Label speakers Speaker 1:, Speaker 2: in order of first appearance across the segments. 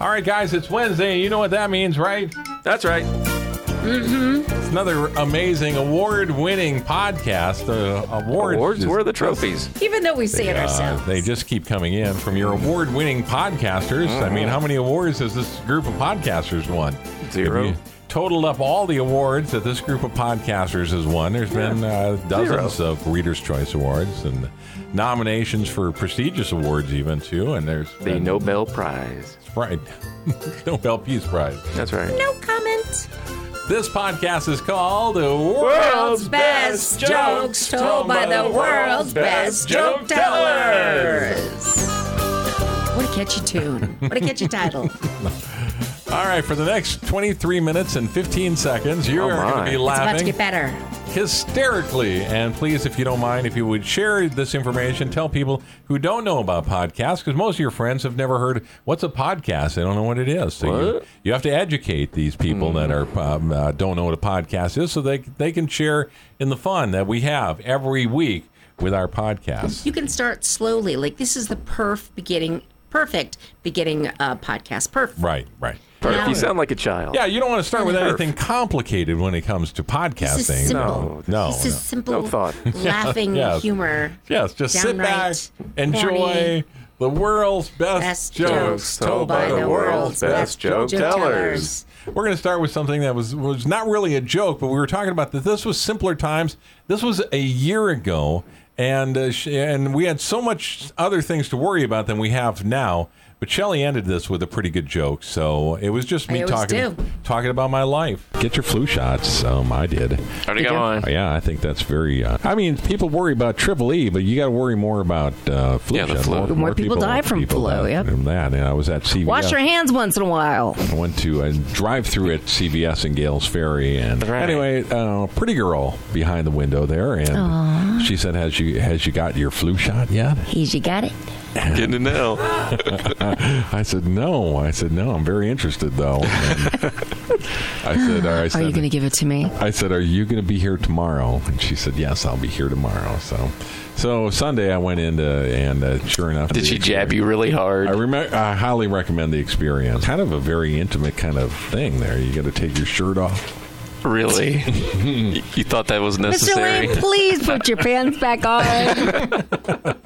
Speaker 1: All right, guys, it's Wednesday. and You know what that means, right?
Speaker 2: That's right.
Speaker 1: It's another amazing award-winning podcast. The awards,
Speaker 2: Awards
Speaker 1: just-
Speaker 2: were the trophies.
Speaker 3: Even though we say it
Speaker 1: uh,
Speaker 3: ourselves.
Speaker 1: they just keep coming in from your award-winning podcasters. I
Speaker 2: Mm-hmm.
Speaker 1: mean, how many awards has this group of podcasters won?
Speaker 2: Zero.
Speaker 1: If you Totaled up all the awards that this group of podcasters has won. There's been uh, dozens of Readers' Choice Awards and nominations for prestigious awards, even too. And there's
Speaker 2: The Nobel Prize.
Speaker 1: right Nobel Peace Prize.
Speaker 2: That's right.
Speaker 3: no comment.
Speaker 1: This podcast is called The
Speaker 2: World's
Speaker 1: World's
Speaker 3: Best jokes told by the world's best joke tellers. What a catchy tune. What a catchy title.
Speaker 1: All right, for the next 23 minutes and 15 seconds, you
Speaker 2: Oh,
Speaker 1: are going to
Speaker 2: my.
Speaker 1: be
Speaker 2: It's
Speaker 3: It's about to
Speaker 1: laughing
Speaker 3: get better.
Speaker 1: hysterically. And please, if you don't mind, if you would share this information, tell people who don't know about podcasts, because most of your friends have never heard what's a podcast. They don't know what it is. So You,
Speaker 2: What?
Speaker 1: you have to educate these people that are um, uh, don't know what a podcast is, so they they can share in the fun that we have every week with our podcast.
Speaker 3: You can start slowly. Like this is the perf beginning, perfect beginning uh, podcast. Perf.
Speaker 1: Right, right.
Speaker 2: Perf,
Speaker 3: Yeah.
Speaker 2: you sound like a child.
Speaker 1: Yeah, you don't want to start with
Speaker 2: Perf.
Speaker 1: anything complicated when it comes to podcasting.
Speaker 3: This is simple.
Speaker 1: No, no.
Speaker 3: This
Speaker 1: Oh, no.
Speaker 3: is simple
Speaker 2: No thought.
Speaker 3: laughing
Speaker 1: Yeah.
Speaker 3: humor.
Speaker 1: Yes, just sit back,
Speaker 3: Downright
Speaker 1: enjoy
Speaker 3: horny.
Speaker 1: the world's best,
Speaker 3: Best
Speaker 1: jokes
Speaker 3: jokes
Speaker 1: told by the world's best.
Speaker 2: joke tellers.
Speaker 1: We're going to start with something that was was not really a joke, but we were talking about that this was simpler times. This was a year ago, and uh, sh- and we had so much other things to worry about than we have now. But Shelley ended this with a pretty good joke, so it was just
Speaker 3: I
Speaker 1: me
Speaker 3: always
Speaker 1: talking
Speaker 3: do.
Speaker 1: talking about my life. Get your flu shots. Um, I did.
Speaker 2: Already got
Speaker 1: Oh,
Speaker 2: mine.
Speaker 1: yeah, I think that's very. Uh, I mean, people worry about triple E, but you got to worry more about uh, flu.
Speaker 2: Yeah, the
Speaker 1: shot.
Speaker 2: flu.
Speaker 1: More,
Speaker 2: More
Speaker 4: people die from flu,
Speaker 1: die
Speaker 4: yep.
Speaker 1: From that, and I was at CVS.
Speaker 4: Wash your hands once in a while.
Speaker 1: I went to a drive-through at CVS in Gales Ferry, and
Speaker 2: Right.
Speaker 1: anyway, uh, pretty girl behind the window there, and she said, "Has you has you got your flu shot yet?"
Speaker 4: He's you got it.
Speaker 2: Getting to know.
Speaker 1: I said, "No." I said, "No, I'm very interested though." And I said, "All right." I
Speaker 4: Are you
Speaker 1: said,
Speaker 4: going to give it to me?
Speaker 1: I said, "Are you going to be here tomorrow?" And she said, "Yes, I'll be here tomorrow." So, so Sunday I went in to, and uh, sure enough,
Speaker 2: Did
Speaker 1: the
Speaker 2: she jab
Speaker 1: experience-
Speaker 2: you really hard?
Speaker 1: I remember. I highly recommend the experience. Kind of a very intimate kind of thing. There, you got to take your shirt off.
Speaker 2: Really? you you thought that was
Speaker 4: Mr.
Speaker 2: necessary?
Speaker 4: Lane, please put your pants back on.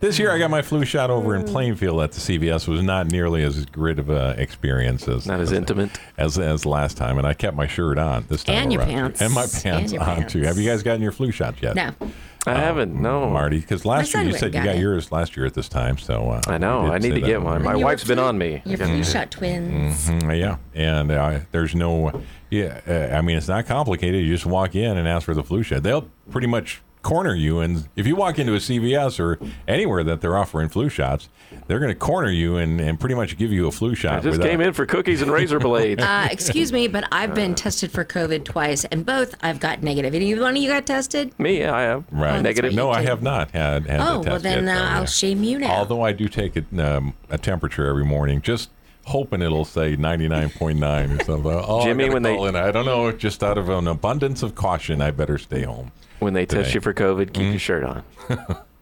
Speaker 1: This year, I got my flu shot over
Speaker 3: Mm.
Speaker 1: in Plainfield at the CVS. It was not nearly as great of an experience as
Speaker 2: Not as intimate.
Speaker 1: as as last time, and I kept my shirt on this time
Speaker 3: And your
Speaker 1: around.
Speaker 3: pants.
Speaker 1: and my
Speaker 3: And
Speaker 1: pants
Speaker 3: your
Speaker 1: on too.
Speaker 3: pants.
Speaker 1: Have you guys gotten your flu shot yet?
Speaker 3: No.
Speaker 2: I haven't. No,
Speaker 1: Marty, because last
Speaker 3: My
Speaker 1: year
Speaker 3: son
Speaker 1: you
Speaker 3: went
Speaker 1: said you
Speaker 3: and
Speaker 1: got
Speaker 3: Oh. got it.
Speaker 1: yours last year at this time, so uh,
Speaker 2: I know.
Speaker 1: did
Speaker 2: I need
Speaker 1: say
Speaker 2: to
Speaker 1: that.
Speaker 2: get one. My
Speaker 3: You were
Speaker 2: wife's been
Speaker 3: flu-
Speaker 2: on me.
Speaker 3: Your flu shot twins.
Speaker 1: Mm, Yeah, and uh, there's no, yeah, uh, I mean it's not complicated. You just walk in and ask for the flu shot. They'll pretty much corner you, and if you walk into a CVS or anywhere that they're offering flu shots, they're going to corner you and, and pretty much give you a flu shot.
Speaker 2: I just
Speaker 1: without-
Speaker 2: came in for cookies and razor blades.
Speaker 3: Uh, excuse me, but I've been tested for COVID twice, and both I've got negative. Any one of you got tested?
Speaker 2: me, yeah, I have.
Speaker 3: Oh,
Speaker 1: Right.
Speaker 2: Negative.
Speaker 1: No, I
Speaker 3: did.
Speaker 1: have not had. had the
Speaker 3: Oh, well,
Speaker 1: test
Speaker 3: then uh,
Speaker 1: yet, so, yeah.
Speaker 3: I'll shame you now.
Speaker 1: Although I do take a, um, a temperature every morning, just hoping it'll say 99.9 or something. Oh, I
Speaker 2: Jimmy,
Speaker 1: gotta
Speaker 2: when they-
Speaker 1: call in. I don't know, just out of an abundance of caution, I better stay home.
Speaker 2: When they test
Speaker 1: Today.
Speaker 2: you for COVID, keep your shirt on.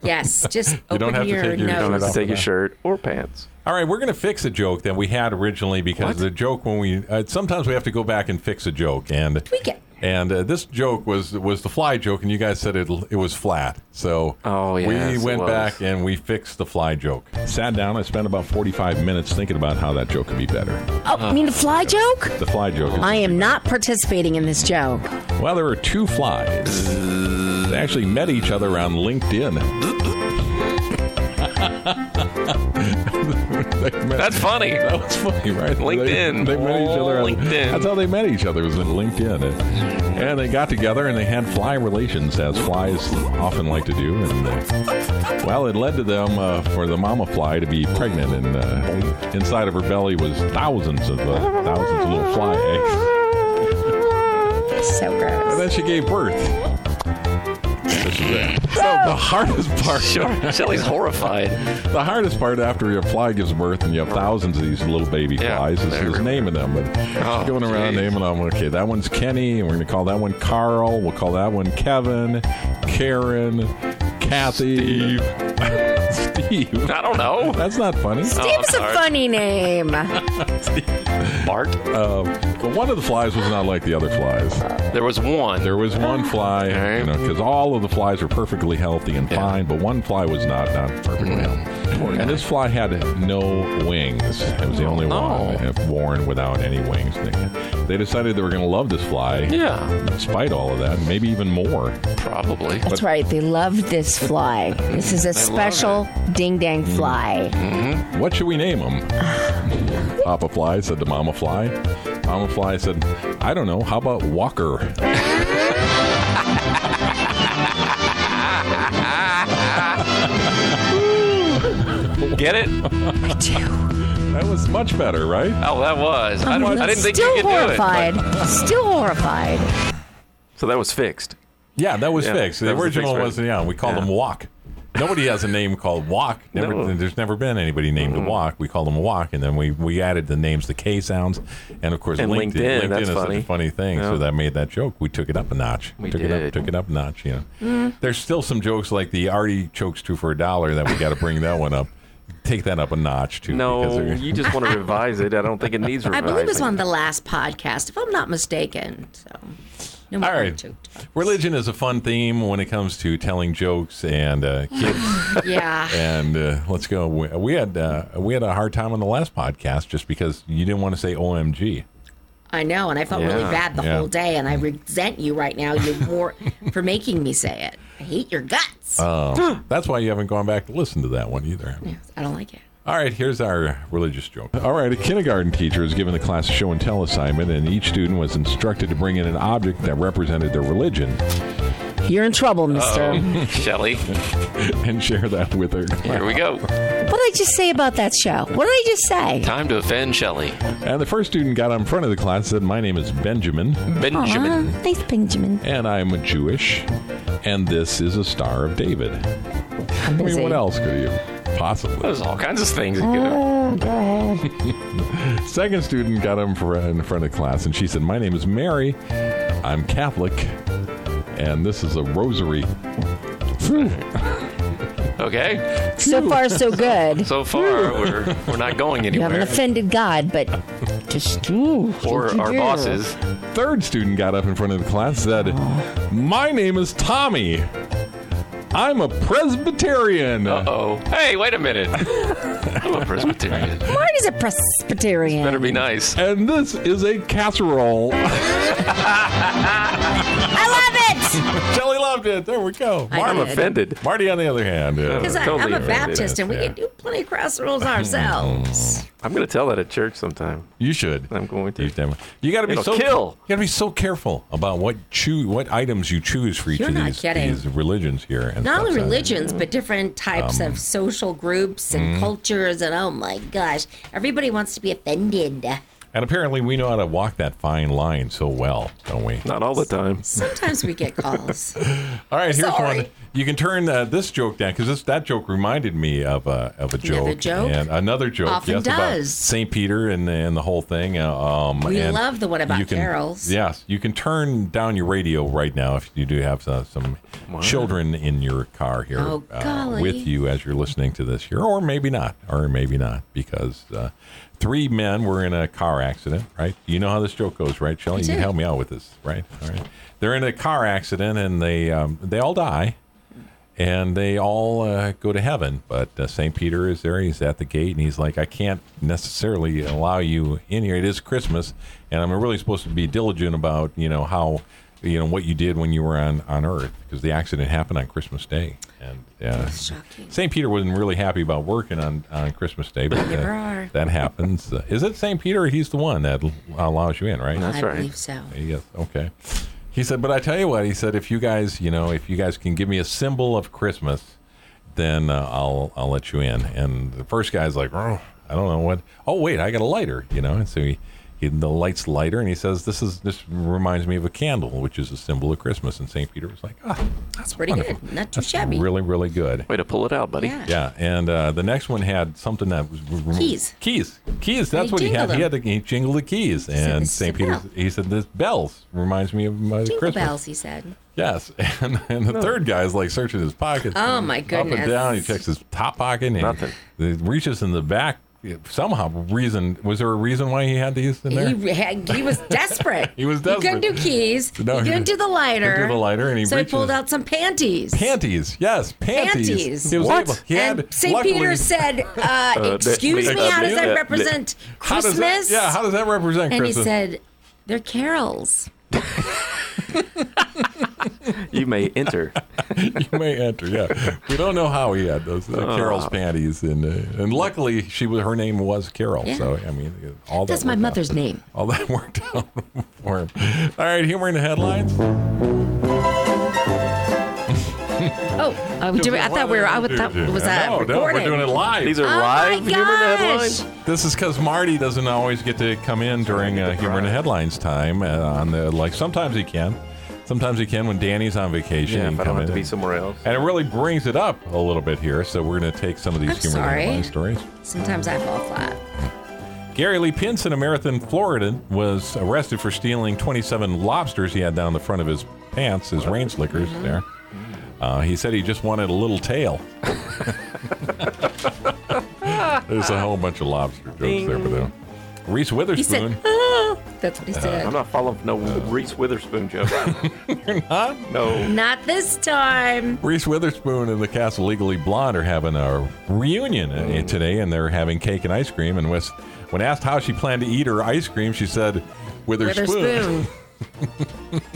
Speaker 3: yes, just
Speaker 1: You
Speaker 3: open
Speaker 1: don't have to
Speaker 3: your
Speaker 1: take your- you
Speaker 3: nose.
Speaker 2: You don't have
Speaker 1: off
Speaker 2: to take
Speaker 1: of
Speaker 2: your
Speaker 1: that.
Speaker 2: shirt or pants.
Speaker 1: All right, we're going to fix a joke that we had originally because the joke when we uh, sometimes we have to go back and fix a joke and
Speaker 3: Tweak it.
Speaker 1: And uh, this joke was was the fly joke, and you guys said it it was flat. So
Speaker 2: Oh, yes,
Speaker 1: we
Speaker 2: it
Speaker 1: went
Speaker 2: was.
Speaker 1: back and we fixed the fly joke. Sat down, I spent about forty five minutes thinking about how that joke could be better.
Speaker 4: Oh, you mean the fly joke?
Speaker 1: The fly joke. is-
Speaker 4: I am not participating in this joke.
Speaker 1: Well, there were two flies. They actually met each other on LinkedIn. They met-
Speaker 2: That's funny.
Speaker 1: That was funny, right?
Speaker 2: LinkedIn. Oh,
Speaker 1: They, they met each other. On,
Speaker 2: LinkedIn.
Speaker 1: That's how they met each other was in LinkedIn, and, and they got together and they had fly relations, as flies often like to do. And uh, well, it led to them uh, for the mama fly to be pregnant, and uh, inside of her belly was thousands of uh, thousands of little fly eggs.
Speaker 3: So gross.
Speaker 1: And then she gave birth. This is it. So the hardest part.
Speaker 2: Sure. Shelly's horrified.
Speaker 1: The hardest part after your fly gives birth and you have thousands of these little baby
Speaker 2: Yeah,
Speaker 1: flies is,
Speaker 2: they're
Speaker 1: is naming them. And
Speaker 2: Oh,
Speaker 1: going around
Speaker 2: geez.
Speaker 1: naming them. Okay, that one's Kenny, and we're going to call that one Carl. We'll call that one Kevin, Karen, Kathy. Steve.
Speaker 2: I don't know.
Speaker 1: That's not funny.
Speaker 4: Steve's a
Speaker 2: sorry.
Speaker 4: funny name.
Speaker 2: Bart.
Speaker 1: Um, but one of the flies was not like the other flies.
Speaker 2: There was one.
Speaker 1: There was one fly,
Speaker 2: right.
Speaker 1: you know, because all of the flies were perfectly healthy and
Speaker 2: Yeah. Mm.
Speaker 1: fine, but one fly was not not perfectly healthy. And this fly had no wings. It was the only
Speaker 2: Oh, no.
Speaker 1: one that had born without any wings. They, they decided they were going to love this fly,
Speaker 2: Yeah,
Speaker 1: despite all of that, and maybe even more.
Speaker 2: probably.
Speaker 4: That's right. They love this fly. This is a special ding dang
Speaker 2: Mm-hmm.
Speaker 4: fly.
Speaker 1: What should we name him? Papa Fly said to Mama Fly. Mama Fly said, I don't know. How about Walker?
Speaker 2: Get it?
Speaker 1: That was much better, right?
Speaker 2: Oh, that was. I, don't, I didn't think
Speaker 4: Still
Speaker 2: you could
Speaker 4: horrified.
Speaker 2: do it.
Speaker 4: Still horrified.
Speaker 2: but- So that was fixed.
Speaker 1: Yeah, that was
Speaker 2: Yeah,
Speaker 1: fixed. The
Speaker 2: that was the
Speaker 1: original
Speaker 2: fixed
Speaker 1: was,
Speaker 2: version.
Speaker 1: yeah, we called
Speaker 2: Yeah.
Speaker 1: him Walk. Nobody has a name called Walk. Never,
Speaker 2: No.
Speaker 1: There's never been anybody named Walk. We called him Walk, and then we, we added the names, the K sounds, and of course
Speaker 2: And
Speaker 1: LinkedIn.
Speaker 2: LinkedIn,
Speaker 1: LinkedIn
Speaker 2: that's
Speaker 1: is such
Speaker 2: funny.
Speaker 1: a funny thing, so
Speaker 2: Yeah.
Speaker 1: that made that joke. We took it up a notch.
Speaker 2: We
Speaker 1: took it up,
Speaker 2: did.
Speaker 1: took it up a notch. Yeah. There's still some jokes like the artichokes two for a dollar that we got to bring that one up. Take that up a notch too. because
Speaker 2: No,
Speaker 1: they're-
Speaker 2: you just want to revise it. I don't think it needs
Speaker 3: I
Speaker 2: revising.
Speaker 3: believe it was on the last podcast, if I'm not mistaken. So, no more
Speaker 1: All right.
Speaker 3: TikTok.
Speaker 1: Religion is a fun theme when it comes to telling jokes and uh, kids.
Speaker 3: Yeah.
Speaker 1: and uh, let's go. We we had uh, we had a hard time on the last podcast just because you didn't want to say OMG.
Speaker 3: I know, and I felt really
Speaker 2: Yeah,
Speaker 3: bad the
Speaker 1: yeah.
Speaker 3: whole day, and I resent you right now. You're more for making me say it. I hate your guts.
Speaker 2: Uh.
Speaker 4: Oh.
Speaker 1: Um, That's why you haven't gone back to listen to that one either.
Speaker 3: I don't like it.
Speaker 1: All right, here's our religious joke. All right, a kindergarten teacher was given the class show and tell assignment, and each student was instructed to bring in an object that represented their religion
Speaker 4: You're in trouble, mister.
Speaker 2: Shelly.
Speaker 1: and share that with their class.
Speaker 2: Here we go.
Speaker 4: What did I just say about that show? What did I just say?
Speaker 2: Time to offend Shelly.
Speaker 1: And the first student got up in front of the class and said, "My name is Benjamin,
Speaker 4: Mm-hmm.
Speaker 2: Benjamin.
Speaker 4: Aw, thanks, Benjamin.
Speaker 1: and I'm Jewish, and this is a Star of David."
Speaker 4: I'm
Speaker 1: I mean,
Speaker 4: busy.
Speaker 1: what else could you possibly?
Speaker 2: There's all kinds of things. You could
Speaker 1: Second student got him for, in front of class, and she said, "My name is Mary. I'm Catholic, and this is a rosary."
Speaker 2: do. Okay.
Speaker 4: So far, so good.
Speaker 2: So far, we're we're not going
Speaker 4: You haven't
Speaker 2: anywhere.
Speaker 4: offended God, but just ooh,
Speaker 2: Or
Speaker 4: what you
Speaker 2: our
Speaker 4: do.
Speaker 2: bosses.
Speaker 1: Third student got up in front of the class and said, "My name is Tommy. I'm a Presbyterian."
Speaker 2: Uh oh. Hey, wait a minute. I'm a Presbyterian.
Speaker 4: Mark is a Presbyterian.
Speaker 2: Better be nice.
Speaker 1: And this is a casserole.
Speaker 4: I love it.
Speaker 1: Jelly loved it. There we go.
Speaker 3: I
Speaker 2: I'm
Speaker 3: did.
Speaker 2: offended.
Speaker 1: Marty, on the other hand, uh,
Speaker 3: Because I-
Speaker 2: Totally
Speaker 3: I'm a
Speaker 2: offended. Hmm.
Speaker 3: Baptist, and we
Speaker 1: Yeah.
Speaker 3: can do plenty of crossroads ourselves.
Speaker 2: I'm going to tell that at church sometime.
Speaker 1: you should.
Speaker 2: I'm going to.
Speaker 1: You should. You got to be
Speaker 2: It'll
Speaker 1: so
Speaker 2: kill.
Speaker 1: You got to be so careful about what choose what items you choose for each
Speaker 3: You're
Speaker 1: of
Speaker 3: not
Speaker 1: these,
Speaker 3: kidding.
Speaker 1: these religions here. And
Speaker 3: Not
Speaker 1: stuff,
Speaker 3: only
Speaker 1: so-
Speaker 3: religions, but different types
Speaker 2: Um,
Speaker 3: of social groups
Speaker 2: hmm.
Speaker 3: and cultures, and oh my gosh, everybody wants to be offended.
Speaker 1: And apparently, we know how to walk that fine line so well, don't we?
Speaker 2: Not all the time.
Speaker 3: Sometimes we get calls.
Speaker 1: All right, here's
Speaker 3: Sorry.
Speaker 1: one. You can turn uh, this joke down because that joke reminded me of a of a joke,
Speaker 3: joke?
Speaker 1: and another joke.
Speaker 3: Often
Speaker 1: yes, about
Speaker 3: does.
Speaker 1: Saint Peter and and the whole thing. uh, Um,
Speaker 3: We
Speaker 1: and
Speaker 3: love the one about
Speaker 1: you can-
Speaker 3: carols.
Speaker 1: Yes, you can turn down your radio right now if you do have uh, some children in your car here uh,
Speaker 3: Oh, golly.
Speaker 1: with you as you're listening to this here, or maybe not, or maybe not, because uh, three men were in a car accident. Right? You know how this joke goes, right, Shelley? You
Speaker 3: do.
Speaker 1: help me out with this, right? All right. They're in a car accident and they um, they all die and they all uh, go to heaven. But uh, St. Peter is there. He's at the gate, and he's like, I can't necessarily allow you in here. It is Christmas, and I'm really supposed to be diligent about, you know, how, you know, what you did when you were on, on earth, because the accident happened on Christmas Day. And uh,
Speaker 3: Shocking.
Speaker 1: St. Peter wasn't really happy about working on, on Christmas Day, but
Speaker 3: never
Speaker 1: uh,
Speaker 3: are.
Speaker 1: that happens. Uh, is it St. Peter? He's the one that l- allows you in, right?
Speaker 2: That's
Speaker 3: I
Speaker 2: right.
Speaker 3: believe so.
Speaker 1: Yes. Okay. He said, but I tell you what, he said, if you guys, you know, if you guys can give me a symbol of Christmas, then uh, I'll I'll let you in. And the first guy's like, oh, I don't know what. Oh wait, I got a lighter, you know. And so he He, the light's lighter, and he says, "This is this reminds me of a candle, which is a symbol of Christmas." And Saint Peter was like, "Ah,
Speaker 3: That's pretty
Speaker 1: wonderful.
Speaker 3: good. Not too
Speaker 1: that's
Speaker 3: shabby.
Speaker 1: really, really good."
Speaker 2: Way to pull it out, buddy.
Speaker 3: Yeah.
Speaker 1: Yeah, and uh, the next one had something that was
Speaker 3: Keys.
Speaker 1: Keys, keys. That's
Speaker 3: he
Speaker 1: what he had.
Speaker 3: jingled
Speaker 1: He had to he jingled the keys, and
Speaker 3: "This is
Speaker 1: St.
Speaker 3: a
Speaker 1: Peter.
Speaker 3: bell."
Speaker 1: He said, "This bells reminds me of my
Speaker 3: Jingle
Speaker 1: Christmas."
Speaker 3: bells, he said.
Speaker 1: Yes, and, and the third guy is like searching his pockets.
Speaker 3: Oh, my
Speaker 1: Up
Speaker 3: goodness.
Speaker 1: and down, he checks his top pocket. And
Speaker 2: Nothing.
Speaker 1: He reaches in the back. Somehow, reason was there a reason why he had these in there?
Speaker 3: He, had, he was desperate.
Speaker 1: He was
Speaker 3: He couldn't
Speaker 1: desperate.
Speaker 3: do keys.
Speaker 1: No,
Speaker 3: he
Speaker 1: he
Speaker 3: couldn't do the lighter.
Speaker 1: couldn't do the lighter, and he
Speaker 3: so he
Speaker 1: reaches-
Speaker 3: pulled out some panties.
Speaker 1: panties. Yes, panties.
Speaker 3: Panties.
Speaker 1: He was
Speaker 3: What?
Speaker 1: able- he
Speaker 3: and
Speaker 1: had-
Speaker 3: St.
Speaker 1: luckily-
Speaker 3: Peter said, uh, "Excuse
Speaker 2: that-
Speaker 3: me, how does
Speaker 2: that-
Speaker 3: that
Speaker 2: that-
Speaker 3: represent
Speaker 1: How does
Speaker 3: Christmas?"
Speaker 1: that- yeah, how does that represent
Speaker 3: and he
Speaker 1: Christmas?
Speaker 3: said, "They're carols."
Speaker 2: You may enter.
Speaker 1: you may enter. Yeah, we don't know how he had those uh,
Speaker 2: Oh.
Speaker 1: Carol's panties, and uh, and luckily she was her name was Carol.
Speaker 3: Yeah.
Speaker 1: So I mean, all
Speaker 3: That's
Speaker 1: that
Speaker 3: my
Speaker 1: worked out.
Speaker 3: mother's name.
Speaker 1: All that worked out for him. All right, humor in the headlines.
Speaker 3: Oh, I, would do it- I thought we were. I would thought was that
Speaker 1: no, no, we're
Speaker 3: recorded?
Speaker 1: doing it live.
Speaker 2: These are
Speaker 3: Oh my
Speaker 2: live human
Speaker 3: gosh!
Speaker 2: headlines.
Speaker 1: This is because Marty doesn't always get to come in during uh, humor in the headlines time. Uh, on the like, sometimes he can, sometimes he can when Danny's on vacation.
Speaker 2: Yeah,
Speaker 1: he
Speaker 2: if
Speaker 1: can
Speaker 2: I don't
Speaker 1: come
Speaker 2: have to
Speaker 1: in.
Speaker 2: be somewhere else.
Speaker 1: and it really brings it up a little bit here. So we're going to take some of these
Speaker 3: I'm
Speaker 1: humor in the
Speaker 3: sorry.
Speaker 1: headline stories.
Speaker 3: Sometimes I fall flat.
Speaker 1: Gary Lee Pinson, a Marathon, Florida, was arrested for stealing 27 lobsters he had down the front of his pants, his rain slickers
Speaker 3: Mm-hmm.
Speaker 1: there. Uh, he said he just wanted a little tail. There's a whole bunch of lobster jokes there, but uh, Reese
Speaker 3: He said,
Speaker 1: Witherspoon.
Speaker 3: "Ah," "That's
Speaker 1: Uh,
Speaker 3: what he said."
Speaker 2: I'm not following no Reese Witherspoon joke. No.
Speaker 3: Not this time.
Speaker 1: Reese Witherspoon and the cast of Legally Blonde are having a reunion uh,
Speaker 3: Mm.
Speaker 1: today, and they're having cake and ice cream. And was, when asked how she planned to eat her ice cream, she said, "With her
Speaker 3: With her
Speaker 1: spoon."
Speaker 3: spoon.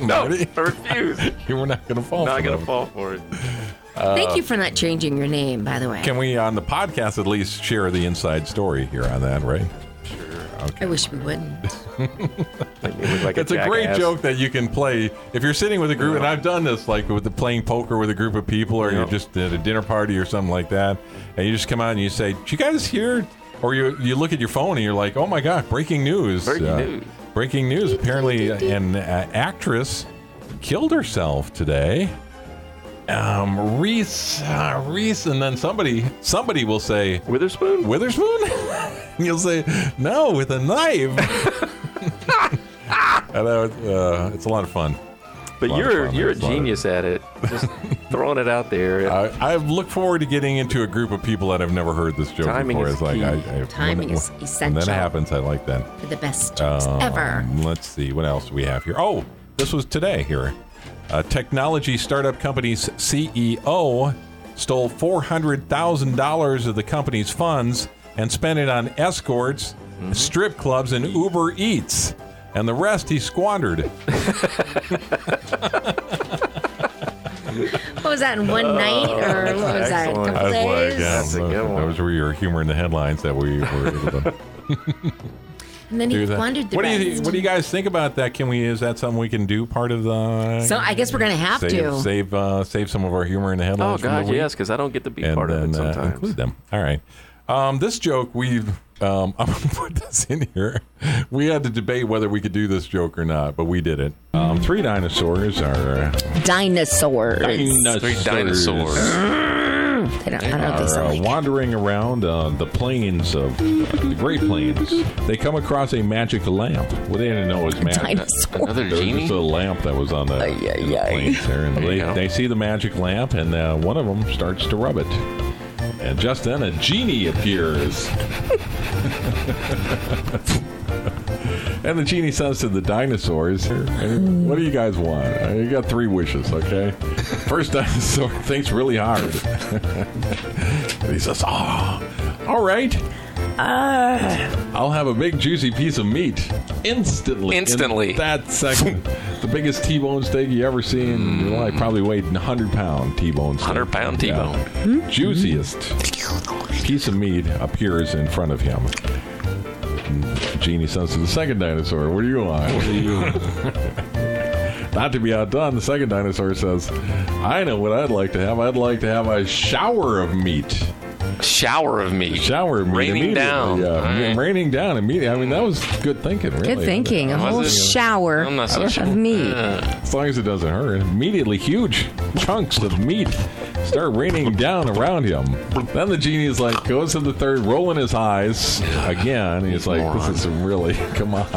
Speaker 2: No. I refuse.
Speaker 1: You were not going to fall.
Speaker 2: Not
Speaker 1: for
Speaker 2: going
Speaker 1: that.
Speaker 2: to fall for it.
Speaker 3: Thank you for not changing your name, by the way.
Speaker 1: Uh, Can we, on the podcast, at least share the inside story here on that, right?
Speaker 3: I wish we wouldn't.
Speaker 2: Like
Speaker 1: It's a great
Speaker 2: jackass.
Speaker 1: joke that you can play if you're sitting with a group, and I've done this, like with the playing poker with a group of people, or you're
Speaker 2: Yeah.
Speaker 1: just at a dinner party or something like that, and you just come out and you say, "Did you guys hear?" Or you you look at your phone and you're like, "Oh my god, breaking news!" Uh,
Speaker 2: Breaking news.
Speaker 1: Breaking news. Apparently, an uh, actress killed herself today. Um, Reese, uh, Reese, and then somebody, somebody will say,
Speaker 2: Witherspoon?
Speaker 1: Witherspoon? and you'll say, no, with a knife. I know, it's, uh, it's a lot of fun.
Speaker 2: But
Speaker 1: lot of
Speaker 2: you're
Speaker 1: fun.
Speaker 2: you're a
Speaker 1: It's a lot of-
Speaker 2: genius at it. Just throwing it out there.
Speaker 1: I, I look forward to getting into a group of people that have never heard this joke
Speaker 2: Timing
Speaker 1: before.
Speaker 2: is
Speaker 1: it's like
Speaker 2: key.
Speaker 1: I, I,
Speaker 3: Timing is
Speaker 1: When
Speaker 3: essential.
Speaker 1: that happens, I like that.
Speaker 3: For the
Speaker 1: Oh.
Speaker 3: best jokes ever.
Speaker 1: Um, Let's see what else we have here. Oh, this was today here. A technology startup company's CEO stole four hundred thousand dollars of the company's funds and spent it on escorts,
Speaker 3: Mm-hmm.
Speaker 1: strip clubs, and Uber Eats, and the rest he squandered.
Speaker 3: What was that in one night, or what was that? A
Speaker 2: excellent.
Speaker 1: Oh,
Speaker 3: couple
Speaker 1: I was
Speaker 3: days.
Speaker 1: like, yeah,
Speaker 2: That's a
Speaker 1: those,
Speaker 2: good one.
Speaker 1: those were your humor in the headlines that we were able to
Speaker 3: And then he
Speaker 1: do. That.
Speaker 3: squandered the
Speaker 1: what
Speaker 3: rest.
Speaker 1: do you What do you guys think about that? Can we? Is that something we can do? Part of the
Speaker 3: so I guess we're gonna have
Speaker 1: save
Speaker 3: to.
Speaker 1: save uh, save some of our humor in the
Speaker 2: oh,
Speaker 1: headlines. from the
Speaker 2: God,
Speaker 1: week?
Speaker 2: yes, because I don't get to be
Speaker 1: and
Speaker 2: part
Speaker 1: then
Speaker 2: of it
Speaker 1: uh,
Speaker 2: sometimes.
Speaker 1: include them. All right. Um, this joke we've um, I'm gonna put this in here. We had to debate whether we could do this joke or not, but we did it. Um, three dinosaurs are uh,
Speaker 4: Dinosaurs.
Speaker 2: Three dinosaurs.
Speaker 4: I don't, I don't know if they
Speaker 1: are uh,
Speaker 4: sound like
Speaker 1: wandering around uh, the plains of uh, the Great Plains. They come across a magic lamp. Well, they didn't know it was magic.
Speaker 4: dinosaurs.
Speaker 2: Another
Speaker 1: There was
Speaker 2: genie?
Speaker 1: just a lamp that was on the,
Speaker 4: Ay, ay,
Speaker 1: in the
Speaker 4: ay.
Speaker 1: plains there, and
Speaker 2: There you
Speaker 1: they,
Speaker 2: go.
Speaker 1: they see the magic lamp, and uh, one of them starts to rub it. And just then, a genie appears. and the genie says to the dinosaurs, What do you guys want? Uh, You got three wishes, okay? First dinosaur thinks really hard. and he says, Oh, all right.
Speaker 2: Uh,
Speaker 1: I'll have a big juicy piece of meat instantly. in
Speaker 2: Instantly.
Speaker 1: that second. the biggest T-bone steak you ever seen in your life. Probably weighed 100 pound T-bone steak.
Speaker 2: 100 Mm. pound
Speaker 1: Yeah.
Speaker 2: T-bone.
Speaker 1: Juiciest piece of meat appears in front of him. Genie says to the second dinosaur, What do you want? What do you Not to be outdone, the second dinosaur says, I know what I'd like to have. I'd like to have a shower of meat.
Speaker 2: Shower of meat.
Speaker 1: Shower meat
Speaker 2: Raining
Speaker 1: immediately.
Speaker 2: down.
Speaker 1: Yeah,
Speaker 2: All right.
Speaker 1: raining down immediately. I mean, that was good thinking. Really.
Speaker 4: Good thinking. A
Speaker 2: Was
Speaker 4: whole
Speaker 2: it?
Speaker 4: shower
Speaker 2: I'm not so sure.
Speaker 4: of meat.
Speaker 1: As long as it doesn't hurt. Immediately, huge chunks of meat start raining down around him. Then the genie is like, goes to the third, rolling his eyes again. He's like, this is some really, come on.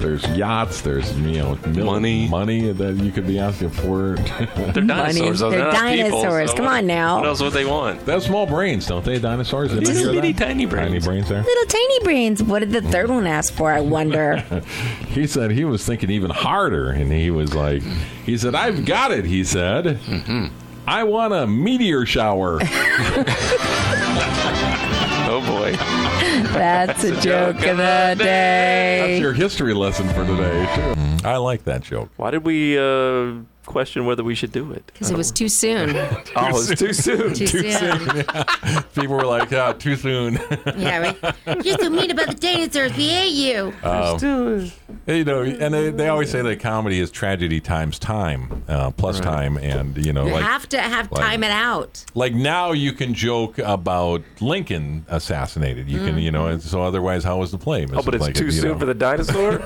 Speaker 1: There's yachts, there's, you know, mil-
Speaker 2: Money.
Speaker 1: money that you could be asking for.
Speaker 2: They're dinosaurs. though.
Speaker 4: They're
Speaker 2: not people,
Speaker 4: dinosaurs.
Speaker 2: so
Speaker 4: Come
Speaker 2: what-
Speaker 4: on now.
Speaker 2: What else would they want?
Speaker 1: they have small brains, don't they? Dinosaurs? Did I
Speaker 2: Little
Speaker 1: hear
Speaker 2: bitty
Speaker 1: that?
Speaker 2: tiny brains.
Speaker 1: Tiny brains there.
Speaker 4: Little tiny brains. What did the third one ask for? I wonder.
Speaker 1: He said he was thinking even harder, and he was like, he said, I've got it, he said.
Speaker 5: Mm-hmm.
Speaker 1: I want a meteor shower.
Speaker 2: Oh boy.
Speaker 4: That's a joke of the
Speaker 1: That's
Speaker 4: day.
Speaker 1: your history lesson for today, too. Mm-hmm. I like that joke.
Speaker 5: Why did we uh, question whether we should do it?
Speaker 3: Because it was too soon.
Speaker 5: Oh, it's too soon.
Speaker 3: Too soon.
Speaker 1: People were like, ah, too soon.
Speaker 3: Yeah, right. You're so mean about the dinosaurs. We hate you.
Speaker 1: you know, and they, they always say that comedy is tragedy times time, uh, plus time, and, you know,
Speaker 3: You
Speaker 1: like.
Speaker 3: have to have
Speaker 1: like-
Speaker 3: time it out.
Speaker 1: like now you can joke about Lincoln assassinated. You
Speaker 3: Mm-hmm.
Speaker 1: can, you know, and so otherwise, how was the play?
Speaker 5: Oh, but it's too soon for the dinosaur.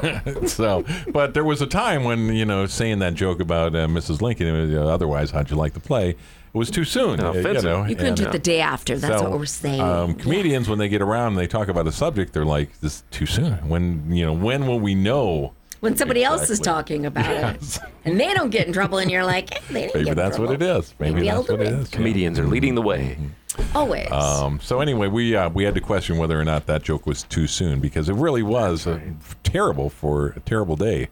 Speaker 1: so, but there was a time when you know saying that joke about uh, Mrs. Lincoln. it was, uh, otherwise, how'd you like the play? It was too soon. uh,
Speaker 5: offensive.
Speaker 1: know,
Speaker 3: You couldn't
Speaker 1: and,
Speaker 3: do it the day after. That's
Speaker 1: so,
Speaker 3: what we're saying.
Speaker 1: Um, comedians, when they get around and they talk about a subject, they're like, "This is too soon." When you know, when will we know?
Speaker 3: when somebody else is
Speaker 1: exactly.
Speaker 3: talking about
Speaker 1: Yes.
Speaker 3: it and they don't get in trouble, and you're like, eh, they didn't get
Speaker 1: Maybe
Speaker 3: in
Speaker 1: that's what
Speaker 3: trouble.
Speaker 1: it is. Maybe,
Speaker 3: Maybe
Speaker 1: that's what it
Speaker 3: elderly.
Speaker 1: is.
Speaker 5: Comedians are leading the way.
Speaker 1: Mm-hmm.
Speaker 3: Always.
Speaker 1: Um, so anyway, we uh, we had to question whether or not that joke was too soon because it really was uh terrible for a terrible day.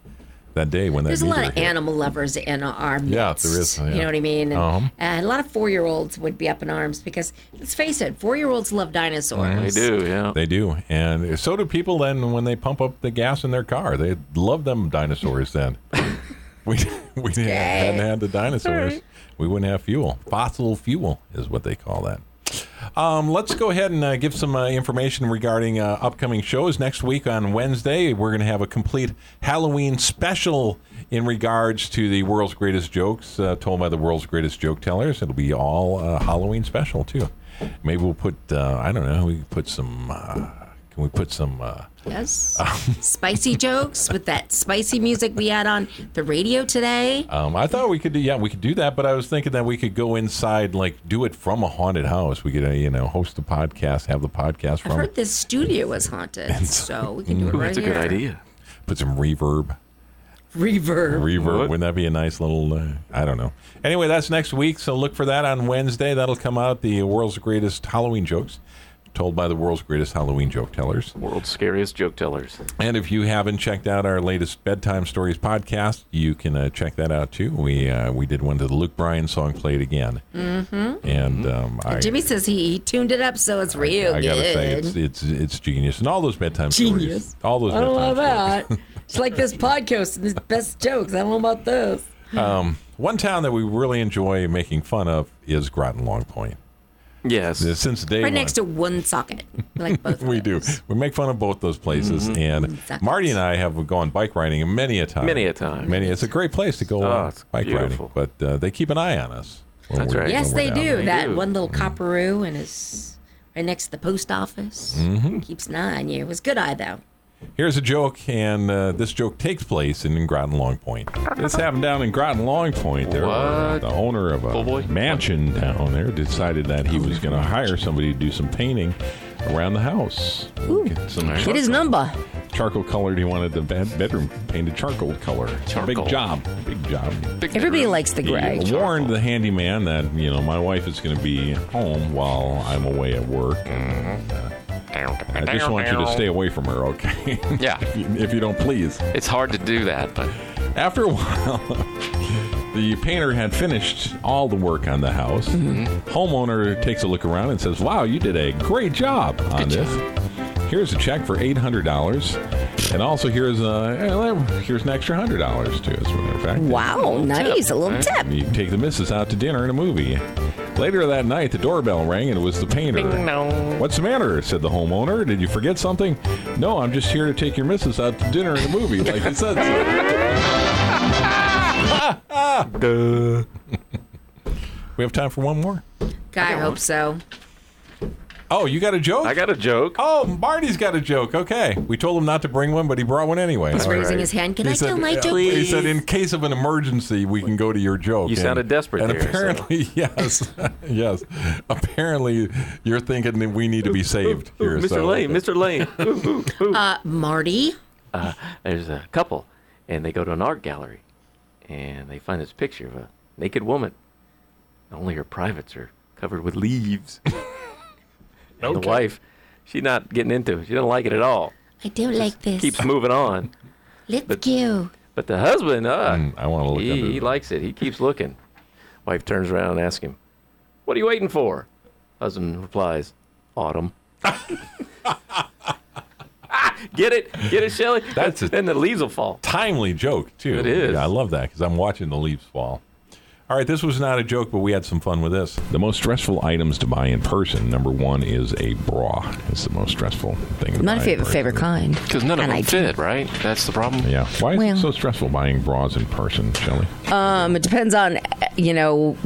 Speaker 1: That day when that
Speaker 3: There's a lot
Speaker 1: meteor
Speaker 3: of
Speaker 1: hit.
Speaker 3: animal lovers in our midst.
Speaker 1: Yeah, there is, yeah.
Speaker 3: You know what I mean? And,
Speaker 1: Uh-huh.
Speaker 3: and a lot of four year olds would be up in arms because, let's face it, four year olds love
Speaker 5: They
Speaker 3: dinosaurs.
Speaker 5: do, yeah.
Speaker 1: They do, and so do people. Then when they pump up the gas in their car, they love them dinosaurs. Then we we hadn't had the dinosaurs, we wouldn't have fuel. Fossil fuel is what they call that. Um, let's go ahead and uh, give some uh, information regarding uh, upcoming shows. Next week on Wednesday, we're going to have a complete Halloween special in regards to the world's greatest jokes uh, told by the world's greatest joke tellers. It'll be all uh, Halloween special too. Maybe we'll put uh, I don't know. We can put some. Uh, can we put some? Uh,
Speaker 3: Yes. spicy jokes with that spicy music we had on the radio today.
Speaker 1: um, I thought we could do. Yeah, we could do that. But I was thinking that we could go inside, like do it from a haunted house. We could, uh, you know, host the podcast, have the podcast
Speaker 3: I've
Speaker 1: from
Speaker 3: heard this studio was haunted, so we can do it right
Speaker 5: That's a
Speaker 3: here.
Speaker 5: good idea.
Speaker 1: put some reverb.
Speaker 3: Reverb.
Speaker 1: Reverb.
Speaker 5: What?
Speaker 1: Wouldn't that be a nice little? Uh, I don't know. Anyway, that's next week. So look for that on Wednesday. That'll come out. The world's greatest Halloween jokes, told by the world's greatest Halloween joke tellers.
Speaker 5: World's scariest joke tellers.
Speaker 1: And if you haven't checked out our latest bedtime stories podcast, you can uh, check that out too. We uh, we did one to the Luke Bryan song played again, mm-hmm. and um, I,
Speaker 3: Jimmy says he, he tuned it up, so it's real
Speaker 1: I
Speaker 3: good.
Speaker 1: gotta say it's it's it's genius. And all those bedtime
Speaker 3: Genius.
Speaker 1: stories, all those
Speaker 3: I don't know
Speaker 1: bedtime stories.
Speaker 3: about that. It's like this podcast and these best jokes. I don't know about this.
Speaker 1: One town that we really enjoy making fun of is Groton Long Point.
Speaker 5: Yes.
Speaker 1: Since day
Speaker 3: Right
Speaker 1: one,
Speaker 3: next to one socket. We like both.
Speaker 1: We do. We make fun of both those places, and
Speaker 3: Mm-hmm. Exactly.
Speaker 1: Marty and I have gone bike riding many a time.
Speaker 5: Many a time. Oh,
Speaker 1: Many. It's a great place to go uh,
Speaker 5: it's
Speaker 1: bike
Speaker 5: beautiful.
Speaker 1: riding, but uh, they keep an eye on us. when
Speaker 5: That's
Speaker 1: we're-
Speaker 5: right.
Speaker 3: Yes,
Speaker 1: when
Speaker 3: they
Speaker 1: we're down
Speaker 3: do.
Speaker 1: there.
Speaker 3: that
Speaker 5: do.
Speaker 3: one little copperoo and his right next to the post office.
Speaker 1: Mm-hmm.
Speaker 3: Keeps an eye on you. It was good eye though.
Speaker 1: Here's a joke, and uh, this joke takes place in Groton Long Point. This happened down in Groton Long Point. There, were, uh,
Speaker 5: What?
Speaker 1: the owner of a
Speaker 2: Oh,
Speaker 5: Full boy?
Speaker 1: mansion down there decided that he was going to hire somebody to do some painting around the house. Get some
Speaker 4: Get his number.
Speaker 1: charcoal colored. He wanted the bed- bedroom painted charcoal color.
Speaker 2: Charcoal.
Speaker 1: Big job. Big job.
Speaker 2: Big
Speaker 4: Everybody
Speaker 2: bedroom.
Speaker 4: likes the
Speaker 1: He
Speaker 4: Greg.
Speaker 1: warned the handyman that you know my wife is going to be home while I'm away at work.
Speaker 2: Mm.
Speaker 1: I just want you to stay away from her, okay?
Speaker 2: Yeah.
Speaker 1: if you don't please.
Speaker 2: It's hard to do that, but
Speaker 1: After a while, the painter had finished all the work on the house.
Speaker 2: Mm-hmm.
Speaker 1: Homeowner takes a look around and says, "Wow, you did a great job on
Speaker 2: Good job.
Speaker 1: this." Here's a check for eight hundred dollars, and also here's a here's an extra hundred dollars too. As a matter of fact,
Speaker 4: Wow, nice. A little tip.
Speaker 1: you take the missus out to dinner and a movie. Later that night, the doorbell rang and it was the painter. What's the matter? said the homeowner. Did you forget something? No, I'm just here to take your missus out to dinner and a movie, like you said. So. we have time for one more.
Speaker 3: God, I hope so.
Speaker 1: Oh, you got a joke?
Speaker 2: I got a joke.
Speaker 1: Oh, Marty's got a joke. Okay. We told him not to bring one, but he brought one anyway.
Speaker 5: He's raising his hand. Can I tell my
Speaker 1: yeah,
Speaker 5: joke?
Speaker 1: He
Speaker 5: please?
Speaker 1: said, in case of an emergency, we can go to your joke.
Speaker 2: You sounded desperate
Speaker 1: And
Speaker 2: there, so-
Speaker 1: apparently, yes, yes. Apparently, you're thinking that we need to be saved
Speaker 2: Ooh,
Speaker 1: here.
Speaker 2: Mr.
Speaker 1: so-
Speaker 2: Lane, Mr. Lane. Ooh, ooh, ooh.
Speaker 5: Uh, Marty?
Speaker 2: Uh, there's a couple, and they go to an art gallery, and they find this picture of a naked woman. Only her privates are covered with leaves. and the wife, she's not getting into it. She doesn't like it at all.
Speaker 5: I don't like this.
Speaker 2: Keeps moving on.
Speaker 5: Let's
Speaker 2: but-
Speaker 5: go.
Speaker 2: But the husband, uh,
Speaker 1: Mm, I want to look
Speaker 2: he,
Speaker 1: into
Speaker 2: he
Speaker 1: it.
Speaker 2: likes it. He keeps looking. Wife turns around and asks him, What are you waiting for? Husband replies, Autumn. Ah, get it? Get it, Shelly?
Speaker 1: That's a-
Speaker 2: then the leaves will fall.
Speaker 1: timely joke too.
Speaker 2: It is.
Speaker 1: Yeah, I love that because I'm watching the leaves fall. All right, this was not a joke, but we had some fun with this. The most stressful items to buy in person. Number one is a bra. It's the most stressful thing. To
Speaker 3: My
Speaker 1: buy in
Speaker 3: favorite,
Speaker 1: person.
Speaker 3: favorite kind.
Speaker 4: Because none of
Speaker 3: and
Speaker 4: them
Speaker 3: I
Speaker 4: fit, right? That's the problem.
Speaker 1: Yeah. Why is it
Speaker 3: Well-
Speaker 1: so stressful buying bras in person, Shelley?
Speaker 3: Um, it depends on uh, you know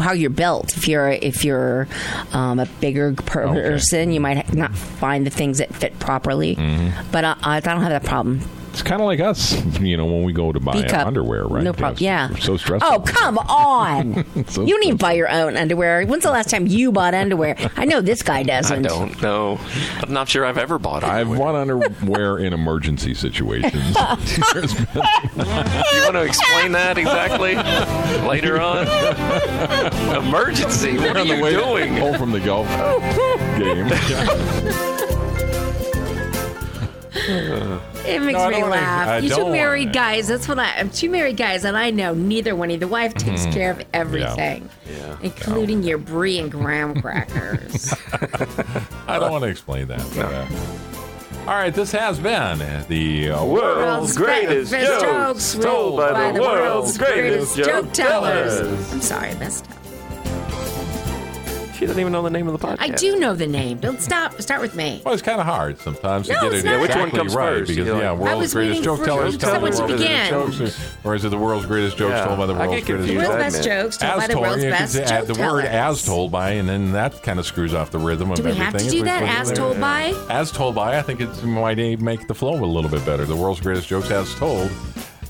Speaker 3: how you're built. If you're if you're um, a bigger per-
Speaker 1: Okay.
Speaker 3: person, you might not find the things that fit properly.
Speaker 1: Mm-hmm.
Speaker 3: But uh, I, I don't have that problem.
Speaker 1: It's kind of like us, you know, when we go to buy
Speaker 3: B cup
Speaker 1: underwear, right?
Speaker 3: No problem. Yeah.
Speaker 1: It's So stressful.
Speaker 3: Oh come on!
Speaker 1: So
Speaker 3: you need to buy your own underwear. When's the last time you bought underwear? I know this guy
Speaker 4: I
Speaker 3: doesn't.
Speaker 4: don't know. I'm not sure I've ever bought it.
Speaker 1: I've worn underwear in emergency situations. There's been-
Speaker 4: You want to explain that exactly later on? Emergency. What are
Speaker 1: on the
Speaker 4: you
Speaker 1: way
Speaker 4: doing?
Speaker 1: home from the golf game.
Speaker 5: It makes
Speaker 1: I
Speaker 5: me
Speaker 1: don't wanna-
Speaker 5: laugh.
Speaker 1: I
Speaker 5: you
Speaker 1: don't
Speaker 5: two
Speaker 1: wanna.
Speaker 5: married guys. That's what I. I'm two married guys, and I know neither one. Either wife takes
Speaker 1: Mm-hmm.
Speaker 5: care of everything,
Speaker 2: Yeah.
Speaker 5: including your brie and graham crackers.
Speaker 1: I
Speaker 2: Uh,
Speaker 1: don't want to explain that. but, uh, all right, this has been the uh,
Speaker 2: World's
Speaker 5: World's
Speaker 2: greatest
Speaker 5: best
Speaker 2: jokes,
Speaker 5: jokes
Speaker 2: told by, the, world's greatest, joke tellers.
Speaker 5: I'm sorry, I messed up.
Speaker 2: She doesn't even know the name of the podcast.
Speaker 5: I do know the name. Don't stop. Start with me.
Speaker 1: Well, it's kind of hard sometimes
Speaker 5: No,
Speaker 1: to get
Speaker 5: it's
Speaker 1: it
Speaker 5: not. Yeah, which
Speaker 1: exactly
Speaker 2: one comes
Speaker 1: right
Speaker 2: first?
Speaker 1: because
Speaker 2: You're
Speaker 1: yeah,
Speaker 2: like-
Speaker 5: I
Speaker 1: world's
Speaker 5: was
Speaker 1: greatest
Speaker 5: waiting
Speaker 1: joke
Speaker 5: for
Speaker 1: tellers tell the
Speaker 5: someone
Speaker 1: world's
Speaker 5: to
Speaker 1: greatest
Speaker 5: begin.
Speaker 1: jokes, or, or is it the world's greatest jokes
Speaker 2: Yeah,
Speaker 1: told by the
Speaker 2: I get
Speaker 1: world's greatest
Speaker 2: confused.
Speaker 1: jokes?
Speaker 5: World's
Speaker 2: I
Speaker 5: best
Speaker 2: meant-
Speaker 5: jokes told by the
Speaker 1: told,
Speaker 5: world's
Speaker 1: you
Speaker 5: best
Speaker 1: can
Speaker 5: joke
Speaker 1: say- add the word
Speaker 5: tellers.
Speaker 1: as told by, and then that kind of screws off the rhythm of
Speaker 5: Do we
Speaker 1: everything.
Speaker 5: have to
Speaker 1: if
Speaker 5: do that?
Speaker 1: put it
Speaker 5: As
Speaker 1: there.
Speaker 5: told by?
Speaker 1: As told by, I think it's might make the flow a little bit better. The world's greatest jokes as told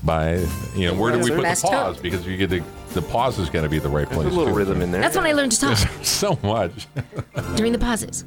Speaker 1: by, you know, where do we
Speaker 5: world's
Speaker 1: put the
Speaker 5: best
Speaker 1: pause?
Speaker 5: told.
Speaker 1: Because you get the the pause is going to be the right place.
Speaker 2: There's a little
Speaker 1: too.
Speaker 2: rhythm in there.
Speaker 5: That's when I learned to talk
Speaker 1: So much.
Speaker 5: during the pauses.